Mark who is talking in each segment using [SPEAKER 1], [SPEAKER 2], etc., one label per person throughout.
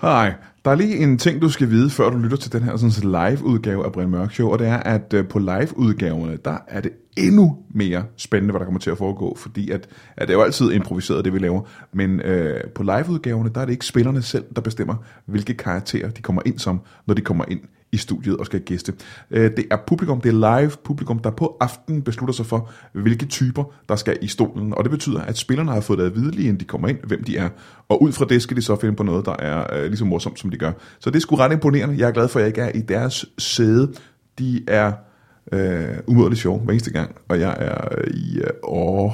[SPEAKER 1] Hej. Der er lige en ting, du skal vide, før du lytter til den her sådan, live-udgave af Brian Mørk Show, og det er, at øh, på live-udgaverne, der er det endnu mere spændende, hvad der kommer til at foregå, fordi at, at det er jo altid improviseret, det vi laver, men øh, på live-udgaverne, der er det ikke spillerne selv, der bestemmer, hvilke karakterer de kommer ind som, når de kommer ind i studiet og skal gæste. Øh, Det er publikum, det er live publikum, der på aftenen beslutter sig for, hvilke typer, der skal i stolen. Og det betyder, at spillerne har fået det at vide, lige inden de kommer ind, hvem de er. Og ud fra det skal de så finde på noget, der er øh, lige så morsomt, som de gør. Så det er sgu ret imponerende. Jeg er glad for, at jeg ikke er i deres sæde. De er øh, umådeligt sjove hver eneste gang. Og jeg er i øh, åh,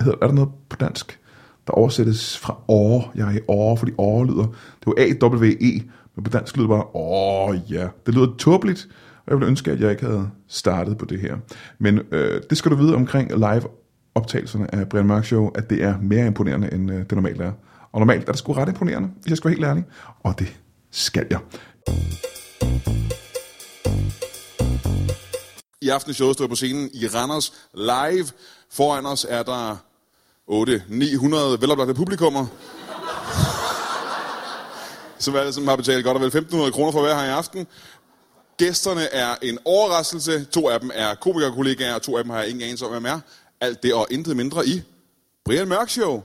[SPEAKER 1] hedder, Er der noget på dansk? der oversættes fra åre. Jeg er i åre, fordi åre lyder. Det var A-W-E, E, men på dansk lyder det bare åh ja. Det lyder tåbeligt, og jeg ville ønske, at jeg ikke havde startet på det her. Men øh, det skal du vide omkring live optagelserne af Brian Mørk Show, at det er mere imponerende, end øh, det normalt er. Og normalt er det sgu ret imponerende, hvis jeg skal være helt ærlig. Og det skal jeg.
[SPEAKER 2] I aften showet står jeg på scenen i Randers live. Foran os er der 8-900 veloplagte publikummer. som alle sammen har betalt godt og vel 1.500 kroner for hver her i aften. Gæsterne er en overraskelse. To af dem er komikerkollegaer, og to af dem har jeg ingen anelse om, hvem er. Alt det og intet mindre i Brian Mørk Show.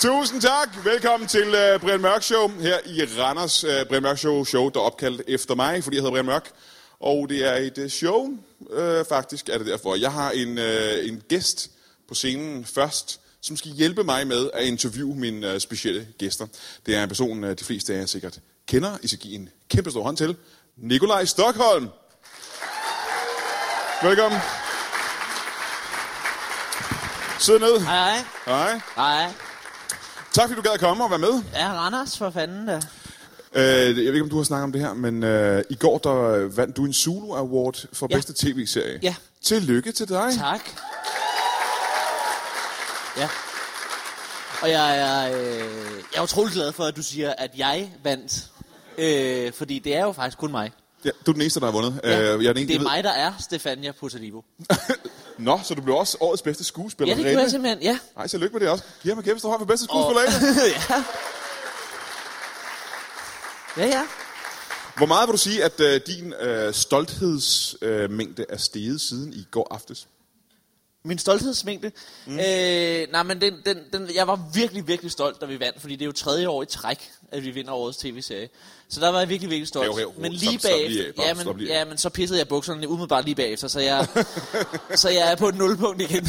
[SPEAKER 2] Tusind tak. Velkommen til uh, Brian Mørk Show her i Randers. Uh, Brian Mørk Show, show, der er opkaldt efter mig, fordi jeg hedder Brian Mørk. Og det er et uh, show, uh, faktisk er det derfor. Jeg har en, uh, en gæst på scenen først, som skal hjælpe mig med at interviewe mine uh, specielle gæster. Det er en person, uh, de fleste af jer sikkert kender. I skal give en kæmpe stor hånd til. Nikolaj Stockholm. Velkommen. Sid ned.
[SPEAKER 3] Hej, hej.
[SPEAKER 2] Hej.
[SPEAKER 3] Hej.
[SPEAKER 2] Tak fordi du gad at komme og være med.
[SPEAKER 3] Ja, Randers for fanden da.
[SPEAKER 2] Øh, jeg ved ikke, om du har snakket om det her, men øh, i går der øh, vandt du en Zulu Award for
[SPEAKER 3] Ja.
[SPEAKER 2] bedste tv-serie.
[SPEAKER 3] Ja.
[SPEAKER 2] Tillykke til dig.
[SPEAKER 3] Tak. Ja. Og jeg er, øh, jeg er utrolig glad for, at du siger, at jeg vandt. Øh, fordi det er jo faktisk kun mig.
[SPEAKER 2] Ja, du er den eneste, der har vundet.
[SPEAKER 3] Ja.
[SPEAKER 2] Øh, jeg er den eneste,
[SPEAKER 3] det er
[SPEAKER 2] der
[SPEAKER 3] mig, der er Stefania Potalivo.
[SPEAKER 2] ved- Nå, så du blev også årets bedste skuespiller.
[SPEAKER 3] Ja, det gjorde jeg simpelthen. Ja.
[SPEAKER 2] Nej, så lykke med det også. Giv ham en kæmpe stor hånd for bedste
[SPEAKER 3] Og-
[SPEAKER 2] skuespiller. Og...
[SPEAKER 3] ja. Ja, ja.
[SPEAKER 2] Hvor meget vil du sige, at øh, din øh, stolthedsmængde øh, mængde er steget siden i går aftes?
[SPEAKER 3] Min stolthedsmængde? Mm. Øh, nej, men den, den, den, jeg var virkelig, virkelig stolt, da vi vandt, fordi det er jo tredje år i træk, at vi vinder årets tv-serie. Så der var jeg virkelig, virkelig stolt.
[SPEAKER 2] Okay, okay,
[SPEAKER 3] men
[SPEAKER 2] stop,
[SPEAKER 3] lige
[SPEAKER 2] stop lige af,
[SPEAKER 3] bagefter,
[SPEAKER 2] bare
[SPEAKER 3] ja,
[SPEAKER 2] stop
[SPEAKER 3] men,
[SPEAKER 2] lige af.
[SPEAKER 3] ja, men så pissede jeg bukserne umiddelbart lige bagefter, så jeg, så jeg er på et nulpunkt igen.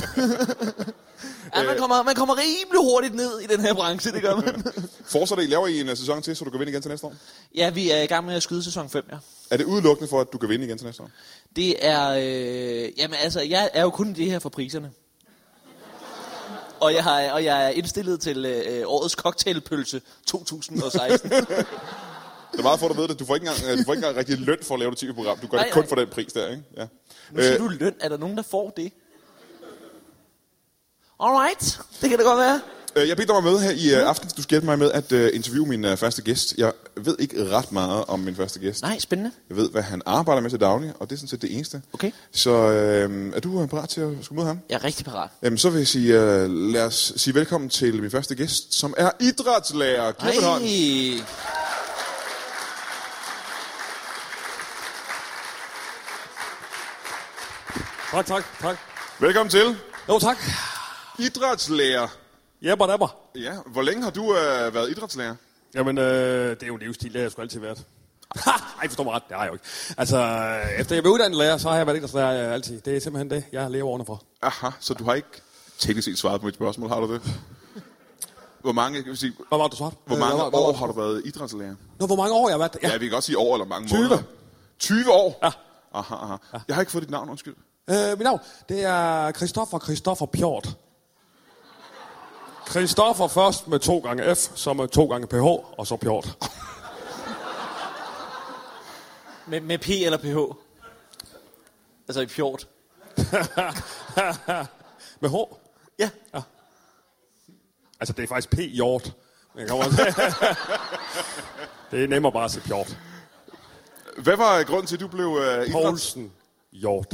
[SPEAKER 3] ja, man kommer, man kommer rimelig hurtigt ned i den her branche, det gør man.
[SPEAKER 2] Fortsætter I, laver I en øh, sæson til, så du kan vinde igen til næste år?
[SPEAKER 3] ja, vi er i gang med at skyde sæson 5, ja.
[SPEAKER 2] Er det udelukkende for, at du kan vinde igen til næste år?
[SPEAKER 3] Det er... Øh, jamen altså, jeg er jo kun i det her for priserne. Og jeg, har, og jeg er indstillet til øh, årets cocktailpølse 2016.
[SPEAKER 2] Det er meget for, at du ved det. Du får ikke engang, øh, du får ikke engang rigtig løn for at lave det tv-program. Du gør
[SPEAKER 3] Nej,
[SPEAKER 2] det kun
[SPEAKER 3] nej.
[SPEAKER 2] for den pris der, ikke? Ja.
[SPEAKER 3] nu siger
[SPEAKER 2] Øh,
[SPEAKER 3] du løn. Er der nogen, der får det? Alright, det kan det godt være.
[SPEAKER 2] Øh, Jeg beder dig med her i øh, aften. Du skal hjælpe mig med at øh, interviewe min øh, første gæst. Jeg ved ikke ret meget om min første gæst.
[SPEAKER 3] Nej, spændende.
[SPEAKER 2] Jeg ved, hvad han arbejder med til daglig, og det er sådan set det eneste.
[SPEAKER 3] Okay.
[SPEAKER 2] Så øh, er du øh, parat til at skulle møde ham?
[SPEAKER 3] Jeg er rigtig parat.
[SPEAKER 2] Jamen, så vil jeg sige, øh, lad os sige velkommen til min første gæst, som er idrætslærer. Giv ham en hånd.
[SPEAKER 3] Ej.
[SPEAKER 4] Tak, tak, tak.
[SPEAKER 2] Velkommen til.
[SPEAKER 4] Jo, tak.
[SPEAKER 2] Idrætslærer.
[SPEAKER 4] Jabber dabber.
[SPEAKER 2] Ja, hvor længe har du øh, været idrætslærer?
[SPEAKER 4] Jamen, øh, det er jo en livsstil, det har jeg sgu altid været. Ha! Ej, forstår mig ret. Det har jeg jo ikke. Altså, øh, efter jeg blev uddannet lærer, så har jeg været idrætslærer øh, altid. Det er simpelthen det, jeg lever under for.
[SPEAKER 2] Aha, så du har ikke teknisk set svaret på mit spørgsmål, har du det? Hvor mange, kan vi sige,
[SPEAKER 4] Hvor Øh, var du svart?
[SPEAKER 2] hvor mange år har du været idrætslærer?
[SPEAKER 4] Nå, hvor mange år jeg har været der?
[SPEAKER 2] Ja, vi kan godt sige år eller mange
[SPEAKER 4] 20.
[SPEAKER 2] måneder. 20 år?
[SPEAKER 4] Ja.
[SPEAKER 2] Aha, aha. Jeg har ikke fået dit navn, undskyld.
[SPEAKER 4] Øh, mit navn, det er Christoffer Christoffer Pjort. Christoffer først med to gange F, så med to gange PH, og så Pjort.
[SPEAKER 5] Med, med P eller PH? Altså i fjort.
[SPEAKER 4] med H.
[SPEAKER 5] Ja.
[SPEAKER 4] Altså, det er faktisk P. Hjort. Men jeg kommer også- det er nemmere bare at sige Pjort.
[SPEAKER 2] Hvad var øh, grunden til, at du blev øh, idræts...
[SPEAKER 4] Poulsen Hjort.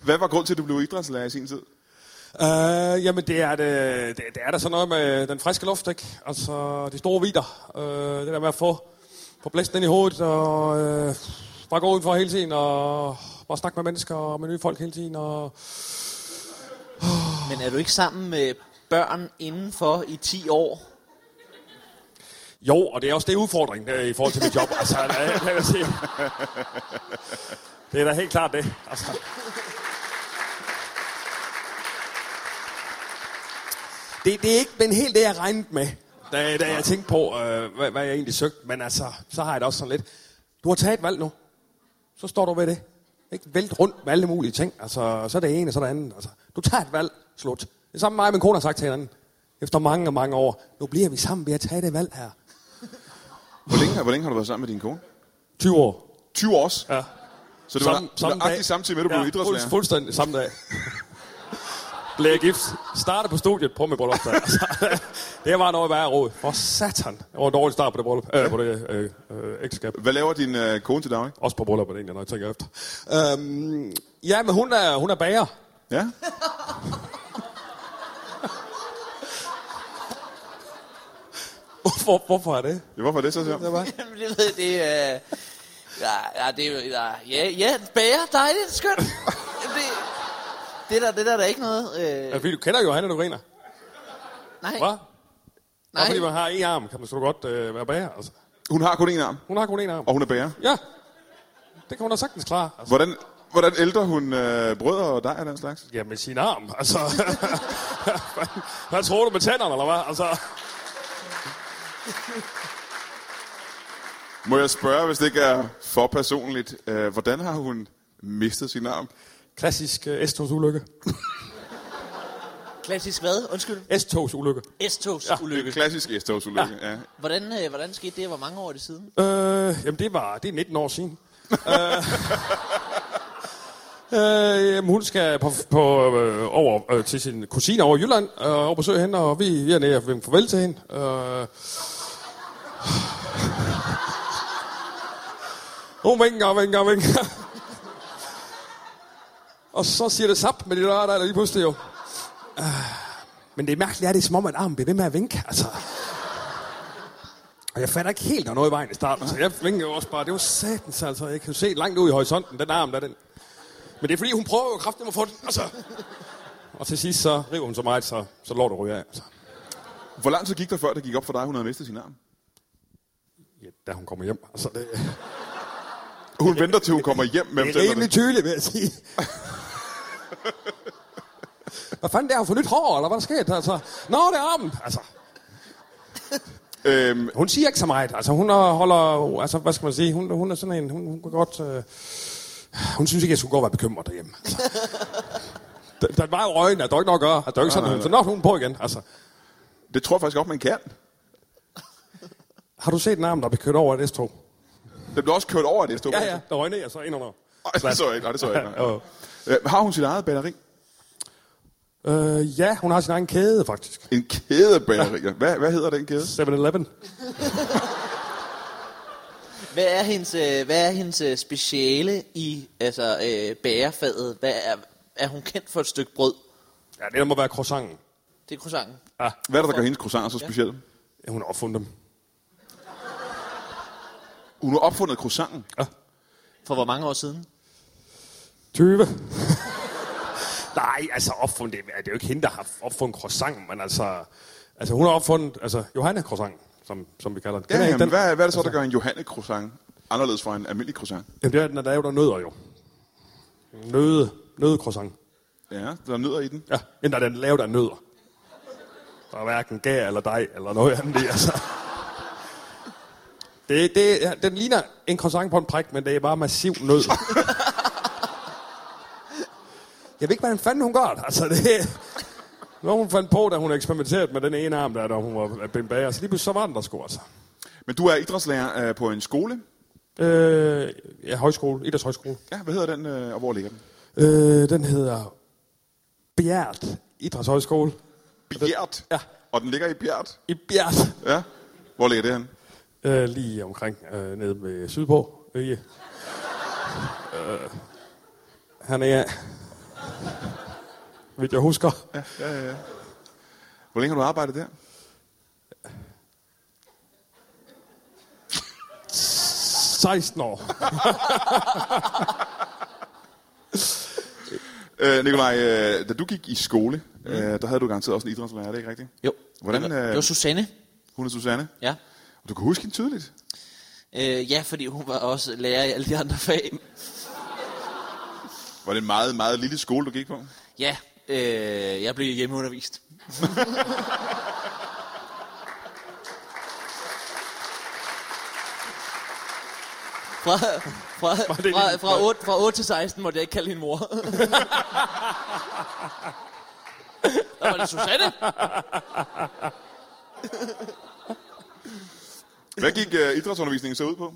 [SPEAKER 2] Hvad var grunden til, at du blev idrætslærer i sin tid?
[SPEAKER 4] Øh, jamen, det er, det, det, det er da sådan noget med den friske luft, ikke? Altså, de store vider. Øh, det der med at få, få blæsten ind i hovedet, og øh, bare gå udenfor hele tiden, og bare snakke med mennesker og med nye folk hele tiden, og
[SPEAKER 5] Men er du ikke sammen med børn indenfor i 10 år?
[SPEAKER 4] Jo, og det er også det udfordring øh, i forhold til mit job. Altså, øh, kan jeg sige. Det er da helt klart det. Altså. Det, det er ikke men helt det, jeg regnede med, da, da jeg tænkte på, øh, hvad, hvad jeg egentlig søgte. Men altså, så har jeg det også sådan lidt. Du har taget et valg nu. Så står du ved det. Ikke vælt rundt med alle mulige ting. Altså, så er det ene, og så er det andet. Altså, du tager et valg. Slut. Det samme mig og min kone har sagt til hinanden. Efter mange og mange år. Nu bliver vi sammen ved at tage det valg her.
[SPEAKER 2] Hvor længe, hvor længe har du været sammen med din kone?
[SPEAKER 4] 20 år.
[SPEAKER 2] 20 år. Så
[SPEAKER 4] Ja.
[SPEAKER 2] det var nøjagtigt samtidig med, at du blev
[SPEAKER 4] Fuld,
[SPEAKER 2] idrætslærer?
[SPEAKER 4] fuldstændig samme dag. Blev jeg gift. Startede på studiet på mit bryllupsdag. Altså, det var noget værre råd. For satan. Det var en dårlig start på det bryllup. Øh, på det øh, øh, ægteskab.
[SPEAKER 2] Hvad laver din øh, kone til daglig?
[SPEAKER 4] Også på brylluppet egentlig, når jeg tænker efter. Øhm, ja, men hun er, hun er bager.
[SPEAKER 2] Ja?
[SPEAKER 4] Hvorfor, hvorfor er det?
[SPEAKER 2] ja hvorfor er det så sjovt?
[SPEAKER 5] Jamen, det ved jeg, det er... Øh... Ja, ja, det er jo... Ja, ja, ja, bager, dejligt, skønt. Jamen, det, det, er der, det der er der ikke noget...
[SPEAKER 4] Ja,
[SPEAKER 5] Øh,
[SPEAKER 4] fordi du kender jo Hanna Norena.
[SPEAKER 5] nej,
[SPEAKER 4] Hvad? Nej. Fordi
[SPEAKER 5] nej.
[SPEAKER 4] man har en arm, kan man så godt øh, være bager. Altså.
[SPEAKER 2] Hun har kun én arm,
[SPEAKER 4] Hun har kun en arm.
[SPEAKER 2] og hun er bærer.
[SPEAKER 4] Ja. Det kan hun da sagtens klare. Altså.
[SPEAKER 2] Hvordan, hvordan ældrer hun øh, brødre og dig og den slags?
[SPEAKER 4] Ja, med sin arm, altså. hvad, hvad tror du med tænderne, eller hvad? Altså,
[SPEAKER 2] Må jeg spørge, hvis det ikke er for personligt, øh, hvordan har hun mistet sin arm?
[SPEAKER 4] klassisk uh, S-togsulykke.
[SPEAKER 5] Klassisk hvad? Undskyld.
[SPEAKER 4] S-togsulykke.
[SPEAKER 5] S-togs ulykke.
[SPEAKER 2] Klassisk S-togsulykke, ja. ja.
[SPEAKER 5] Hvordan, øh, hvordan skete det? Hvor mange år er det siden?
[SPEAKER 4] Øh, jamen, det var det er 19 år siden. øh, øh, jamen, hun skal på, på, øh, over øh, til sin kusine over i Jylland øh, og besøge hende, og vi, vi er nede og vinker farvel til hende. Øh, hun vinker, vinker, vinker. og så siger det sap med de der, der lige pludselig jo. Øh, men det er mærkeligt, at det er som om, at armen bliver ved med at vinke. Altså. Og jeg fatter ikke helt, der er noget i vejen i starten. Så jeg vinkede jo også bare, det var satans altså. Jeg kan jo se langt ud i horisonten, den arm der, den. Men det er fordi, hun prøver jo kraftigt at få den, altså. Og til sidst, så river hun så meget, så, så lår det ryger af. Altså.
[SPEAKER 2] Hvor lang tid gik der før, det gik op for dig, hun havde mistet sin arm?
[SPEAKER 4] Ja, da hun kommer hjem. Altså, det,
[SPEAKER 2] Hun venter til, hun kommer hjem med
[SPEAKER 4] det er rimelig
[SPEAKER 2] forældrene.
[SPEAKER 4] tydeligt, vil jeg sige. Hvad fanden, det er hun for nyt hår, eller hvad der sker? Altså, nå, det er armen. Altså,
[SPEAKER 2] Øhm,
[SPEAKER 4] Hun siger ikke så meget. Altså, hun er- holder... Altså, hvad skal man sige? Hun, hun er sådan en... Hun, hun kan godt... Øh, hun synes ikke, jeg skulle gå og være bekymret derhjemme. Altså. Den- Den var jo røgen, og der er ikke noget at gøre. Altså, der er ikke sådan,
[SPEAKER 2] nej,
[SPEAKER 4] så når hun er på igen. Altså,
[SPEAKER 2] det tror jeg faktisk godt, man kan.
[SPEAKER 4] har du set en arm, der blev kørt over af et S-tog?
[SPEAKER 2] Den blev også kørt over af det S-tog.
[SPEAKER 4] Ja, ja. Der røg ned, og så ind under.
[SPEAKER 2] Ej, det så jeg ikke. Nej, det så jeg ikke. nej.
[SPEAKER 4] Jo.
[SPEAKER 2] Øh, har hun sit eget batteri?
[SPEAKER 4] Øh, ja, hun har sin egen kæde, faktisk.
[SPEAKER 2] En kæde af batterier. Hvad, hvad hedder den kæde?
[SPEAKER 4] 7-Eleven.
[SPEAKER 5] Hvad er hendes, øh, hvad er hendes øh, speciale i altså, øh, bagerfaget? Hvad er, er hun kendt for et stykke brød?
[SPEAKER 4] Ja, det der må være croissanten.
[SPEAKER 5] Det er croissanten.
[SPEAKER 4] Ja,
[SPEAKER 2] Hvad er det, der gør hendes croissanter så specielt?
[SPEAKER 4] Ja, hun har opfundet dem.
[SPEAKER 2] Hun har opfundet croissanten.
[SPEAKER 5] For hvor mange år siden?
[SPEAKER 4] 20. Nej, altså opfundet, det er det jo ikke hende, der har opfundet croissant, men altså, altså hun har opfundet, altså Johanna croissant, som, som vi kalder den.
[SPEAKER 2] Ja,
[SPEAKER 4] Kender I
[SPEAKER 2] jamen,
[SPEAKER 4] den? altså,
[SPEAKER 2] hvad, hvad er det så, der gør en Johanne croissant anderledes fra en almindelig croissant?
[SPEAKER 4] Jamen, det er, den, der er jo der nødder jo. Nøde, nøde croissant.
[SPEAKER 2] Ja, der er nødder i den.
[SPEAKER 4] Ja, men der er den lavet af nødder. Der er hverken gær eller dej eller noget andet i, altså. Det, det, ja, den ligner en croissant på en prik, men det er bare massiv nød. Jeg ved ikke, hvordan fanden hun gør det. Altså, det når hun fandt på, da hun eksperimenterede med den ene arm, der, da hun var Ben Bager. Så lige pludselig så var den der sko, altså.
[SPEAKER 2] Men du er idrætslærer øh, på en skole.
[SPEAKER 4] Øh, ja, højskole. Idræts højskole.
[SPEAKER 2] Ja, hvad hedder den, øh, og hvor ligger den?
[SPEAKER 4] Øh, den hedder Bjert Idrætshøjskole.
[SPEAKER 2] Bjert.
[SPEAKER 4] Ja.
[SPEAKER 2] Og den ligger i Bjert.
[SPEAKER 4] I Bjert.
[SPEAKER 2] Ja. Hvor ligger det henne?
[SPEAKER 4] Øh, lige omkring øh, nede ved Sydpå. Øh, øh, han er... Hvis jeg husker. Ja.
[SPEAKER 2] Hvor længe har du arbejdet der?
[SPEAKER 4] 16 år.
[SPEAKER 2] Øh, Nikolaj, øh, da du gik i skole, mm. øh, der havde du garanteret også en idrætslærer, er det ikke rigtigt?
[SPEAKER 5] Jo.
[SPEAKER 2] Hvordan,
[SPEAKER 5] det, var,
[SPEAKER 2] øh,
[SPEAKER 5] det var Susanne.
[SPEAKER 2] Hun er Susanne.
[SPEAKER 5] Ja.
[SPEAKER 2] Og du kan huske hende tydeligt.
[SPEAKER 5] Øh, ja, fordi hun var også lærer i alle de andre fag.
[SPEAKER 2] Var det en meget, meget lille skole, du gik på?
[SPEAKER 5] Ja, øh, jeg blev hjemmeundervist. fra, fra,
[SPEAKER 4] det
[SPEAKER 5] fra,
[SPEAKER 4] din-
[SPEAKER 5] fra, 8, fra 8 til 16 måtte jeg ikke kalde hende mor. Der var det Susanne.
[SPEAKER 2] Hvad gik øh, idrætsundervisningen så ud på?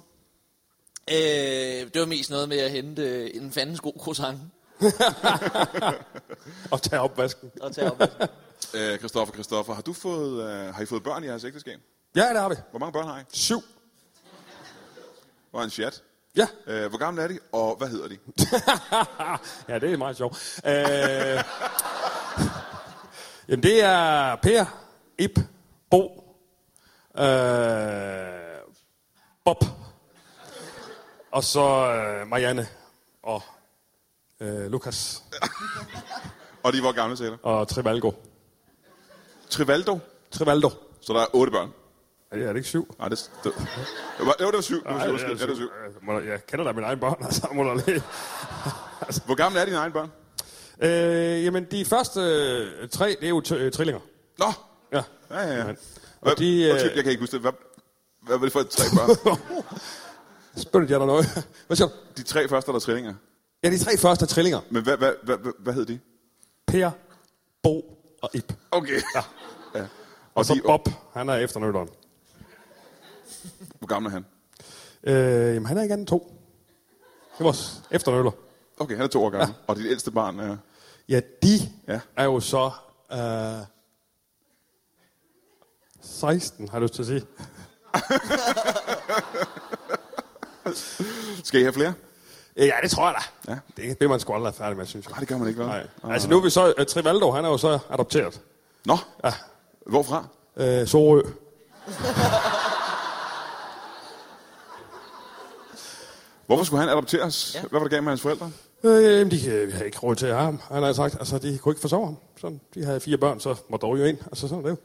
[SPEAKER 5] Øh, det var mest noget med at hente øh, en fandens god croissant
[SPEAKER 4] Og tage opvasken.
[SPEAKER 5] og tage op.
[SPEAKER 2] Øh, Christoffer, Christoffer, har du fået, øh, har I fået børn i jeres ægteskab?
[SPEAKER 4] Ja, det har vi.
[SPEAKER 2] Hvor mange børn har I?
[SPEAKER 4] Syv.
[SPEAKER 2] Og en chat.
[SPEAKER 4] Ja. Ah,
[SPEAKER 2] Øh, hvor gamle er de, og hvad hedder de?
[SPEAKER 4] ja, det er meget sjovt. Øh, jamen, det er Per, Ip, Bo, øh, Bob, og så øh, Marianne og øh, Lukas
[SPEAKER 2] Og de var gamle taler.
[SPEAKER 4] og Trivalgo.
[SPEAKER 2] Trivaldo.
[SPEAKER 4] Trivaldo.
[SPEAKER 2] Så der er otte børn.
[SPEAKER 4] Er det, er det ikke syv?
[SPEAKER 2] Nej, det, det, det, var, jo, det var syv. Det var syv, undskyld. Ja, det var syv.
[SPEAKER 4] Øh, må der- Jeg kender da mine egne børn, altså. Må der lige.
[SPEAKER 2] Hvor gamle er dine egne børn?
[SPEAKER 4] Øh, jamen, de første øh, tre, det er jo t- øh, trillinger.
[SPEAKER 2] Nå!
[SPEAKER 4] Ja.
[SPEAKER 2] Ja, ja, ja.
[SPEAKER 4] Og
[SPEAKER 2] Hvad,
[SPEAKER 4] de, øh,
[SPEAKER 2] undskyld, jeg kan ikke huske det. Hvad, hvad var det for tre børn?
[SPEAKER 4] Spøndte jeg dig noget? Hvad siger du?
[SPEAKER 2] De tre første er der trillinger.
[SPEAKER 4] Ja, de tre første er trillinger.
[SPEAKER 2] Men hvad, hvad, hvad, hvad, hvad hed de?
[SPEAKER 4] Per, Bo og Ip.
[SPEAKER 2] Okay. Ja. ja. Og,
[SPEAKER 4] Og
[SPEAKER 2] og
[SPEAKER 4] så
[SPEAKER 2] de,
[SPEAKER 4] Bob, han er efternøtteren.
[SPEAKER 2] Hvor gammel er han?
[SPEAKER 4] Øh, jamen, han er ikke andet end to. Det er vores efternøtter.
[SPEAKER 2] Okay, han er to år gammel. Ja. Og dit ældste barn er...
[SPEAKER 4] Ja, de
[SPEAKER 2] Ja.
[SPEAKER 4] ja. er jo så... Øh, 16, har jeg lyst til at sige.
[SPEAKER 2] Skal I have flere?
[SPEAKER 4] Øh, Ja, det tror jeg da.
[SPEAKER 2] Ja.
[SPEAKER 4] Ja. Det bliver man sgu aldrig færdig med, synes jeg.
[SPEAKER 2] Nej, det gør man ikke, Ah. vel?
[SPEAKER 4] Nej. Altså nu er vi så... Uh, Trivaldo, han er jo så adopteret.
[SPEAKER 2] Nå,
[SPEAKER 4] Ja.
[SPEAKER 2] hvorfra?
[SPEAKER 4] Øh, Sorø.
[SPEAKER 2] Hvorfor skulle han adopteres? Ja.
[SPEAKER 5] Ja.
[SPEAKER 2] Hvad var det galt med hans forældre?
[SPEAKER 4] Øh, jamen, de øh, havde ikke råd til at have ham. Han havde sagt, altså, de kunne ikke forsove ham. Sådan, de havde fire børn, så må dog jo ind. Altså, sådan er det jo.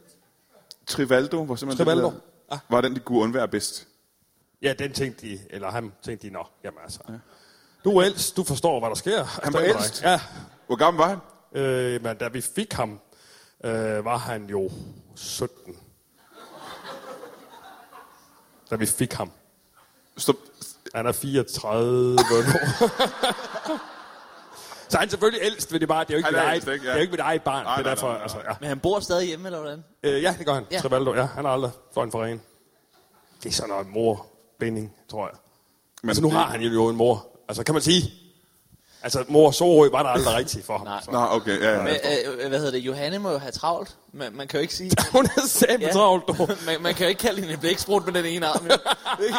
[SPEAKER 2] Trivaldo var simpelthen...
[SPEAKER 4] Trivaldo.
[SPEAKER 2] Den, der, var den, de kunne undvære bedst.
[SPEAKER 4] Ja, den tænkte de, eller ham tænkte de, nå, jamen altså. Ja. Du er ældst, du forstår, hvad der sker. Han
[SPEAKER 2] var ældst?
[SPEAKER 4] Ja.
[SPEAKER 2] Hvor gammel var han?
[SPEAKER 4] Øh, men da vi fik ham, øh, var han jo 17. Da vi fik ham.
[SPEAKER 2] Stop.
[SPEAKER 4] Han er 34 nu. Så han er selvfølgelig ældst, men det er, bare, det er jo ikke,
[SPEAKER 2] Han
[SPEAKER 4] mit
[SPEAKER 2] er
[SPEAKER 4] eget,
[SPEAKER 2] ældst, ikke? Ja.
[SPEAKER 4] det er jo ikke mit eget barn.
[SPEAKER 2] Nej,
[SPEAKER 4] det er
[SPEAKER 2] nej,
[SPEAKER 4] derfor,
[SPEAKER 2] nej, nej,
[SPEAKER 4] altså, ja.
[SPEAKER 5] Men han bor stadig hjemme, eller hvordan?
[SPEAKER 4] Øh, ja, det gør han.
[SPEAKER 5] Ja.
[SPEAKER 4] Ja. Trivaldo, ja. Han har aldrig fået en forening. Det er sådan noget morbinding, tror jeg. Men altså, nu har han jo en mor. Altså, kan man sige. Altså, mor Sorø var der aldrig rigtigt for ham.
[SPEAKER 5] Nej.
[SPEAKER 4] Så.
[SPEAKER 2] Nå, okay, ja, ja.
[SPEAKER 5] Men, øh, hvad hedder det? Johanne må jo have travlt. Man, man kan jo ikke sige...
[SPEAKER 4] Hun er sæt ja. travlt, du.
[SPEAKER 5] man, man kan jo ikke kalde hende en blæksprut med den ene arm. Jo. Ikke?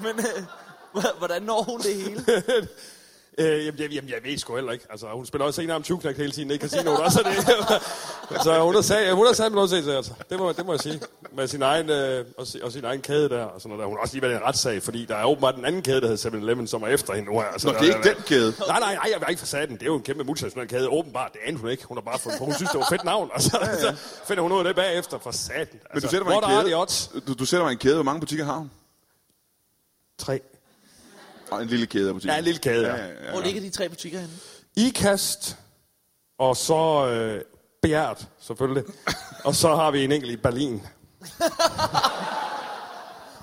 [SPEAKER 5] Men øh, h- hvordan når hun det hele?
[SPEAKER 4] Øh, jamen, jeg, jamen, jeg ved sgu heller ikke. Altså, hun spiller også en arm tyvknægt hele tiden i casinoet også. Det. så hun har sat, hun har sat med noget til, altså. Det må, det må jeg sige. Med sin egen, øh, og, si- og sin egen kæde der. Og sådan noget der. Hun har også lige været i en retssag, fordi der er åbenbart en anden kæde, der hedder 7-Eleven, som er efter hende nu her. Altså,
[SPEAKER 2] Nå,
[SPEAKER 4] der-
[SPEAKER 2] det er ikke
[SPEAKER 4] der-
[SPEAKER 2] den kæde.
[SPEAKER 4] Nej, nej, nej, jeg var ikke for saten. Det er jo en kæmpe multinational kæde, åbenbart. Det anede hun ikke. Hun har bare fundet på. Hun synes, det var et fedt navn, og så, ja, ja. så finder hun ud af det bagefter for saten. Altså,
[SPEAKER 2] Men du sætter mig i
[SPEAKER 4] what are
[SPEAKER 2] en
[SPEAKER 4] the odds?
[SPEAKER 2] kæde. Du, du sætter mig i en kæde. Hvor mange butikker har hun?
[SPEAKER 4] Tre.
[SPEAKER 2] Og en lille kæde af butikker.
[SPEAKER 4] Ja, en lille kæde, ja.
[SPEAKER 2] ja, ja, ja.
[SPEAKER 5] Hvor ligger de tre butikker henne?
[SPEAKER 4] Ikast, og så øh, Bjert, selvfølgelig. og så har vi en enkelt i Berlin.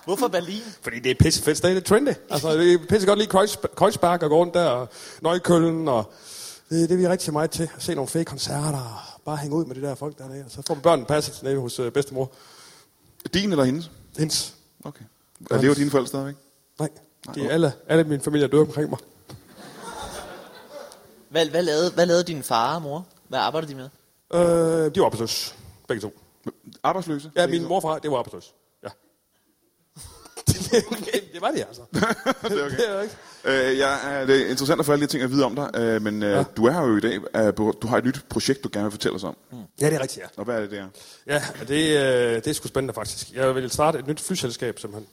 [SPEAKER 3] Hvorfor Berlin?
[SPEAKER 4] Fordi det er pissefedt sted, det er trendy. Altså, det er pisse godt lige Kreuz- Kreuzberg og gå rundt der, og Nøjkøllen, og det, er det vi er rigtig meget til. At se nogle fede koncerter, og bare hænge ud med de der folk dernede, og så får man børnene passet nede hos øh, bedstemor.
[SPEAKER 6] Din eller hendes?
[SPEAKER 4] Hendes.
[SPEAKER 6] Okay. Og lever dine forældre stadigvæk?
[SPEAKER 4] Nej, de er alle, alle mine familier døde omkring mig.
[SPEAKER 3] Hvad, hvad, lavede, hvad lavede din far og mor? Hvad arbejder de med?
[SPEAKER 4] Øh, de var arbejdsløse, begge to.
[SPEAKER 6] Arbejdsløse?
[SPEAKER 4] Ja, min morfar, det var arbejdsløs. Ja. det var det altså.
[SPEAKER 6] det er okay.
[SPEAKER 4] Det er ikke.
[SPEAKER 6] Øh, ja, øh, det er interessant at få alle de her ting at vide om dig, øh, men øh, ja. du er her jo i dag. Øh, på- du har et nyt projekt, du gerne vil fortælle os om.
[SPEAKER 4] Ja, det er rigtigt, ja.
[SPEAKER 6] Og hvad er det, det er?
[SPEAKER 4] Ja, og det, øh, det er sgu spændende faktisk. Jeg vil starte et nyt flyselskab simpelthen.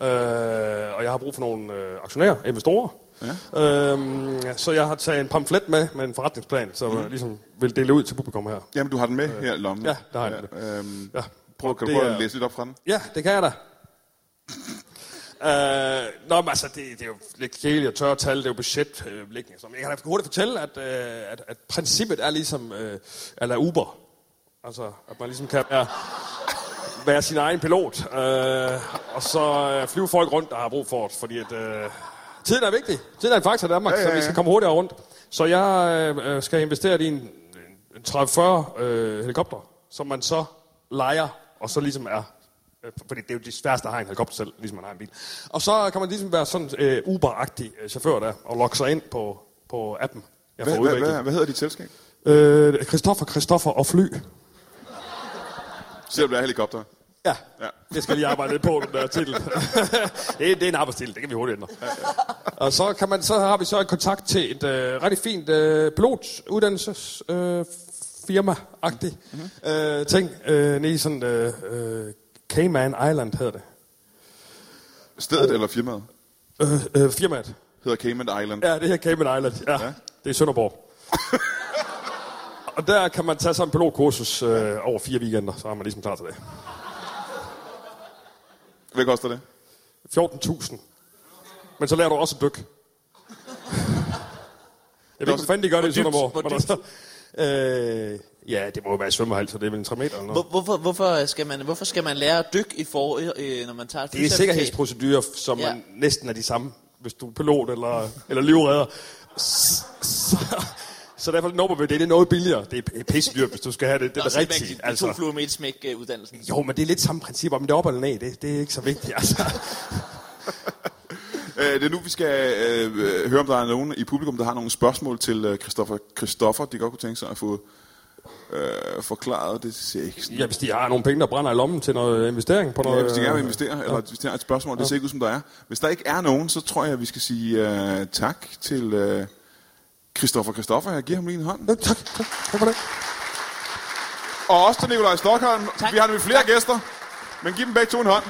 [SPEAKER 4] Øh, og jeg har brug for nogle øh, aktionærer, investorer. Ja. Øhm, så jeg har taget en pamflet med med en forretningsplan, som mm. jeg ligesom vil dele ud til publikum her.
[SPEAKER 6] Jamen, du har den med øh, her i lommen.
[SPEAKER 4] ja, der har jeg
[SPEAKER 6] ja, øhm, ja.
[SPEAKER 4] Ja.
[SPEAKER 6] Prøv, kan du
[SPEAKER 4] Det
[SPEAKER 6] prøve
[SPEAKER 4] er-
[SPEAKER 6] at læse lidt op fra den?
[SPEAKER 4] Ja, det kan jeg da. Øh, nå, men altså, det, det er jo lidt kedeligt og tørre tal, det er jo budgetlægning. Øh, sådan. Men jeg kan da hurtigt fortælle, at, øh, at, at princippet er ligesom øh, at lade Uber. Altså, at man ligesom kan være, være sin egen pilot, øh, og så øh, flyve folk rundt, der har brug for det, fordi at, øh, tiden er vigtig. Tiden er en faktor i Danmark, ja, ja, ja. så vi skal komme hurtigere rundt. Så jeg øh, øh, skal investere i en, en 30-40 øh, helikopter, som man så leger, og så ligesom er Øh, Fordi det er jo det sværeste at have en helikopter selv, ligesom man har en bil. Og så kan man ligesom være sådan øh, Uber-agtig øh, chauffør der, og logge sig ind på, på appen. Jeg
[SPEAKER 6] Hvad,
[SPEAKER 4] får
[SPEAKER 6] hvad, hvad,
[SPEAKER 4] udviklet.
[SPEAKER 6] hvad hedder dit selskab?
[SPEAKER 4] Øh, Christoffer, Christoffer og fly.
[SPEAKER 6] Selvom det er helikopter.
[SPEAKER 4] Ja,
[SPEAKER 6] Ja.
[SPEAKER 4] ja. det skal jeg lige arbejde lidt på, den der titel. det, er, det er en arbejdstitel, det kan vi hurtigt ændre. Og så, kan man, så har vi så en kontakt til et øh, rigtig fint øh, pilotuddannelsesfirma øh, firma-agtigt mm-hmm. øh, ting. Øh, nede i sådan øh, øh, Cayman Island hedder det.
[SPEAKER 6] Stedet eller firmaet
[SPEAKER 4] Øh, øh, firmaet.
[SPEAKER 6] hedder Cayman Island.
[SPEAKER 4] Ja, det her Cayman Island. Ja, ja. det er Sønderborg. og der kan man tage sådan en pilotkursus øh, over fire weekender, så er man ligesom klar til det.
[SPEAKER 6] Hvad koster det?
[SPEAKER 4] 14.000. Men så lærer du også at dykke. Jeg ved ikke, hvor fanden de gør det i Sønderborg. Men altså, øh, ja, det må jo være i svømmehal, så det er vel en 3 meter eller noget.
[SPEAKER 3] Hvor, hvorfor, hvorfor, skal man, hvorfor skal man lære at dykke i for, øh, når man tager et
[SPEAKER 4] Det er
[SPEAKER 3] flycertifikat?
[SPEAKER 4] sikkerhedsprocedurer, som
[SPEAKER 3] Ja.
[SPEAKER 4] ja. næsten er de samme, hvis du er pilot eller, eller livredder. Så, så, så derfor nopper vi det. Det er noget billigere. Det er pisse dyrt, hvis du skal have det. Det
[SPEAKER 3] Nå,
[SPEAKER 4] er
[SPEAKER 3] så
[SPEAKER 4] da
[SPEAKER 3] man kan-
[SPEAKER 4] rigtigt. altså.
[SPEAKER 3] De, de to fluer med et smæk øh, uddannelsen.
[SPEAKER 4] Jo, men det er lidt samme princip, om det er op eller ned, det, det er ikke så vigtigt, altså.
[SPEAKER 6] Øh, det er nu, vi skal øh, øh, høre, om der er nogen i publikum, der har nogle spørgsmål til øh, Christoffer. Christoffer, de godt kunne tænke sig at få øh, forklaret det ser ikke sådan.
[SPEAKER 4] Ja, hvis de har nogle penge, der brænder i lommen til noget investering på noget...
[SPEAKER 6] Ja, hvis de gerne vil investere, eller hvis de har et spørgsmål, det ser ikke ud, som der er. Hvis der ikke er nogen, så tror jeg, at vi skal sige øh, tak til øh, Christoffer Christoffer. Jeg giver ham lige en hånd.
[SPEAKER 4] Øh, tak, tak, tak for det.
[SPEAKER 6] Og også til Nikolaj Stockholm.
[SPEAKER 3] Tak.
[SPEAKER 6] Vi har nemlig flere gæster, men giv dem begge to en hånd.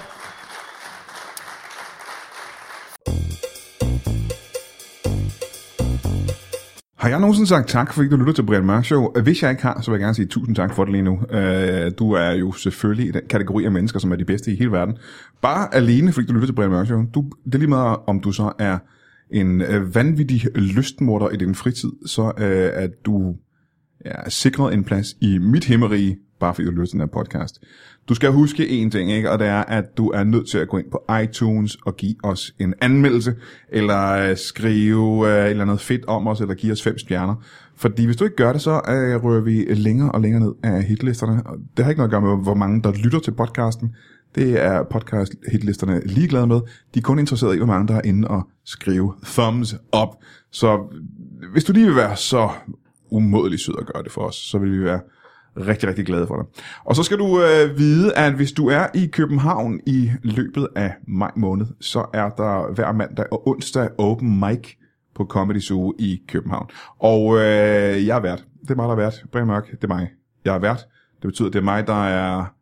[SPEAKER 2] Har jeg nogensinde sagt tak, fordi du lytter til Brian Mørk Show? Hvis jeg ikke har, så vil jeg gerne sige tusind tak for det lige nu. Øh, Du er jo selvfølgelig i den kategori af mennesker, som er de bedste i hele verden. Bare alene, fordi du lytter til Brian Mørk Show. Du, det er lige meget, om du så er en øh, vanvittig lystmorder i din fritid, så øh, er du ja, sikret en plads i mit himmerige, bare fordi du lytter til den her podcast. Du skal huske én ting, ikke? og det er, at du er nødt til at gå ind på iTunes og give os en anmeldelse, eller øh, skrive øh, et eller andet fedt om os, eller give os fem stjerner. Fordi hvis du ikke gør det, så øh, rører vi længere og længere ned af hitlisterne. Og Det har ikke noget at gøre med, hvor mange der lytter til podcasten. Det er podcast hitlisterne ligeglade med. De er kun interesserede i, hvor mange der er inde og skrive thumbs up. Så hvis du lige vil være så umådelig sød at gøre det for os, så vil vi være rigtig, rigtig glade for dig. Og så skal du øh, vide, at hvis du er i København i løbet af maj måned, så er der hver mandag og onsdag open mic på Comedy Zoo i København. Og øh, jeg er vært. Det er mig, der er vært. Brian Mørk, det er mig. Jeg er vært. Det betyder, det er mig, der er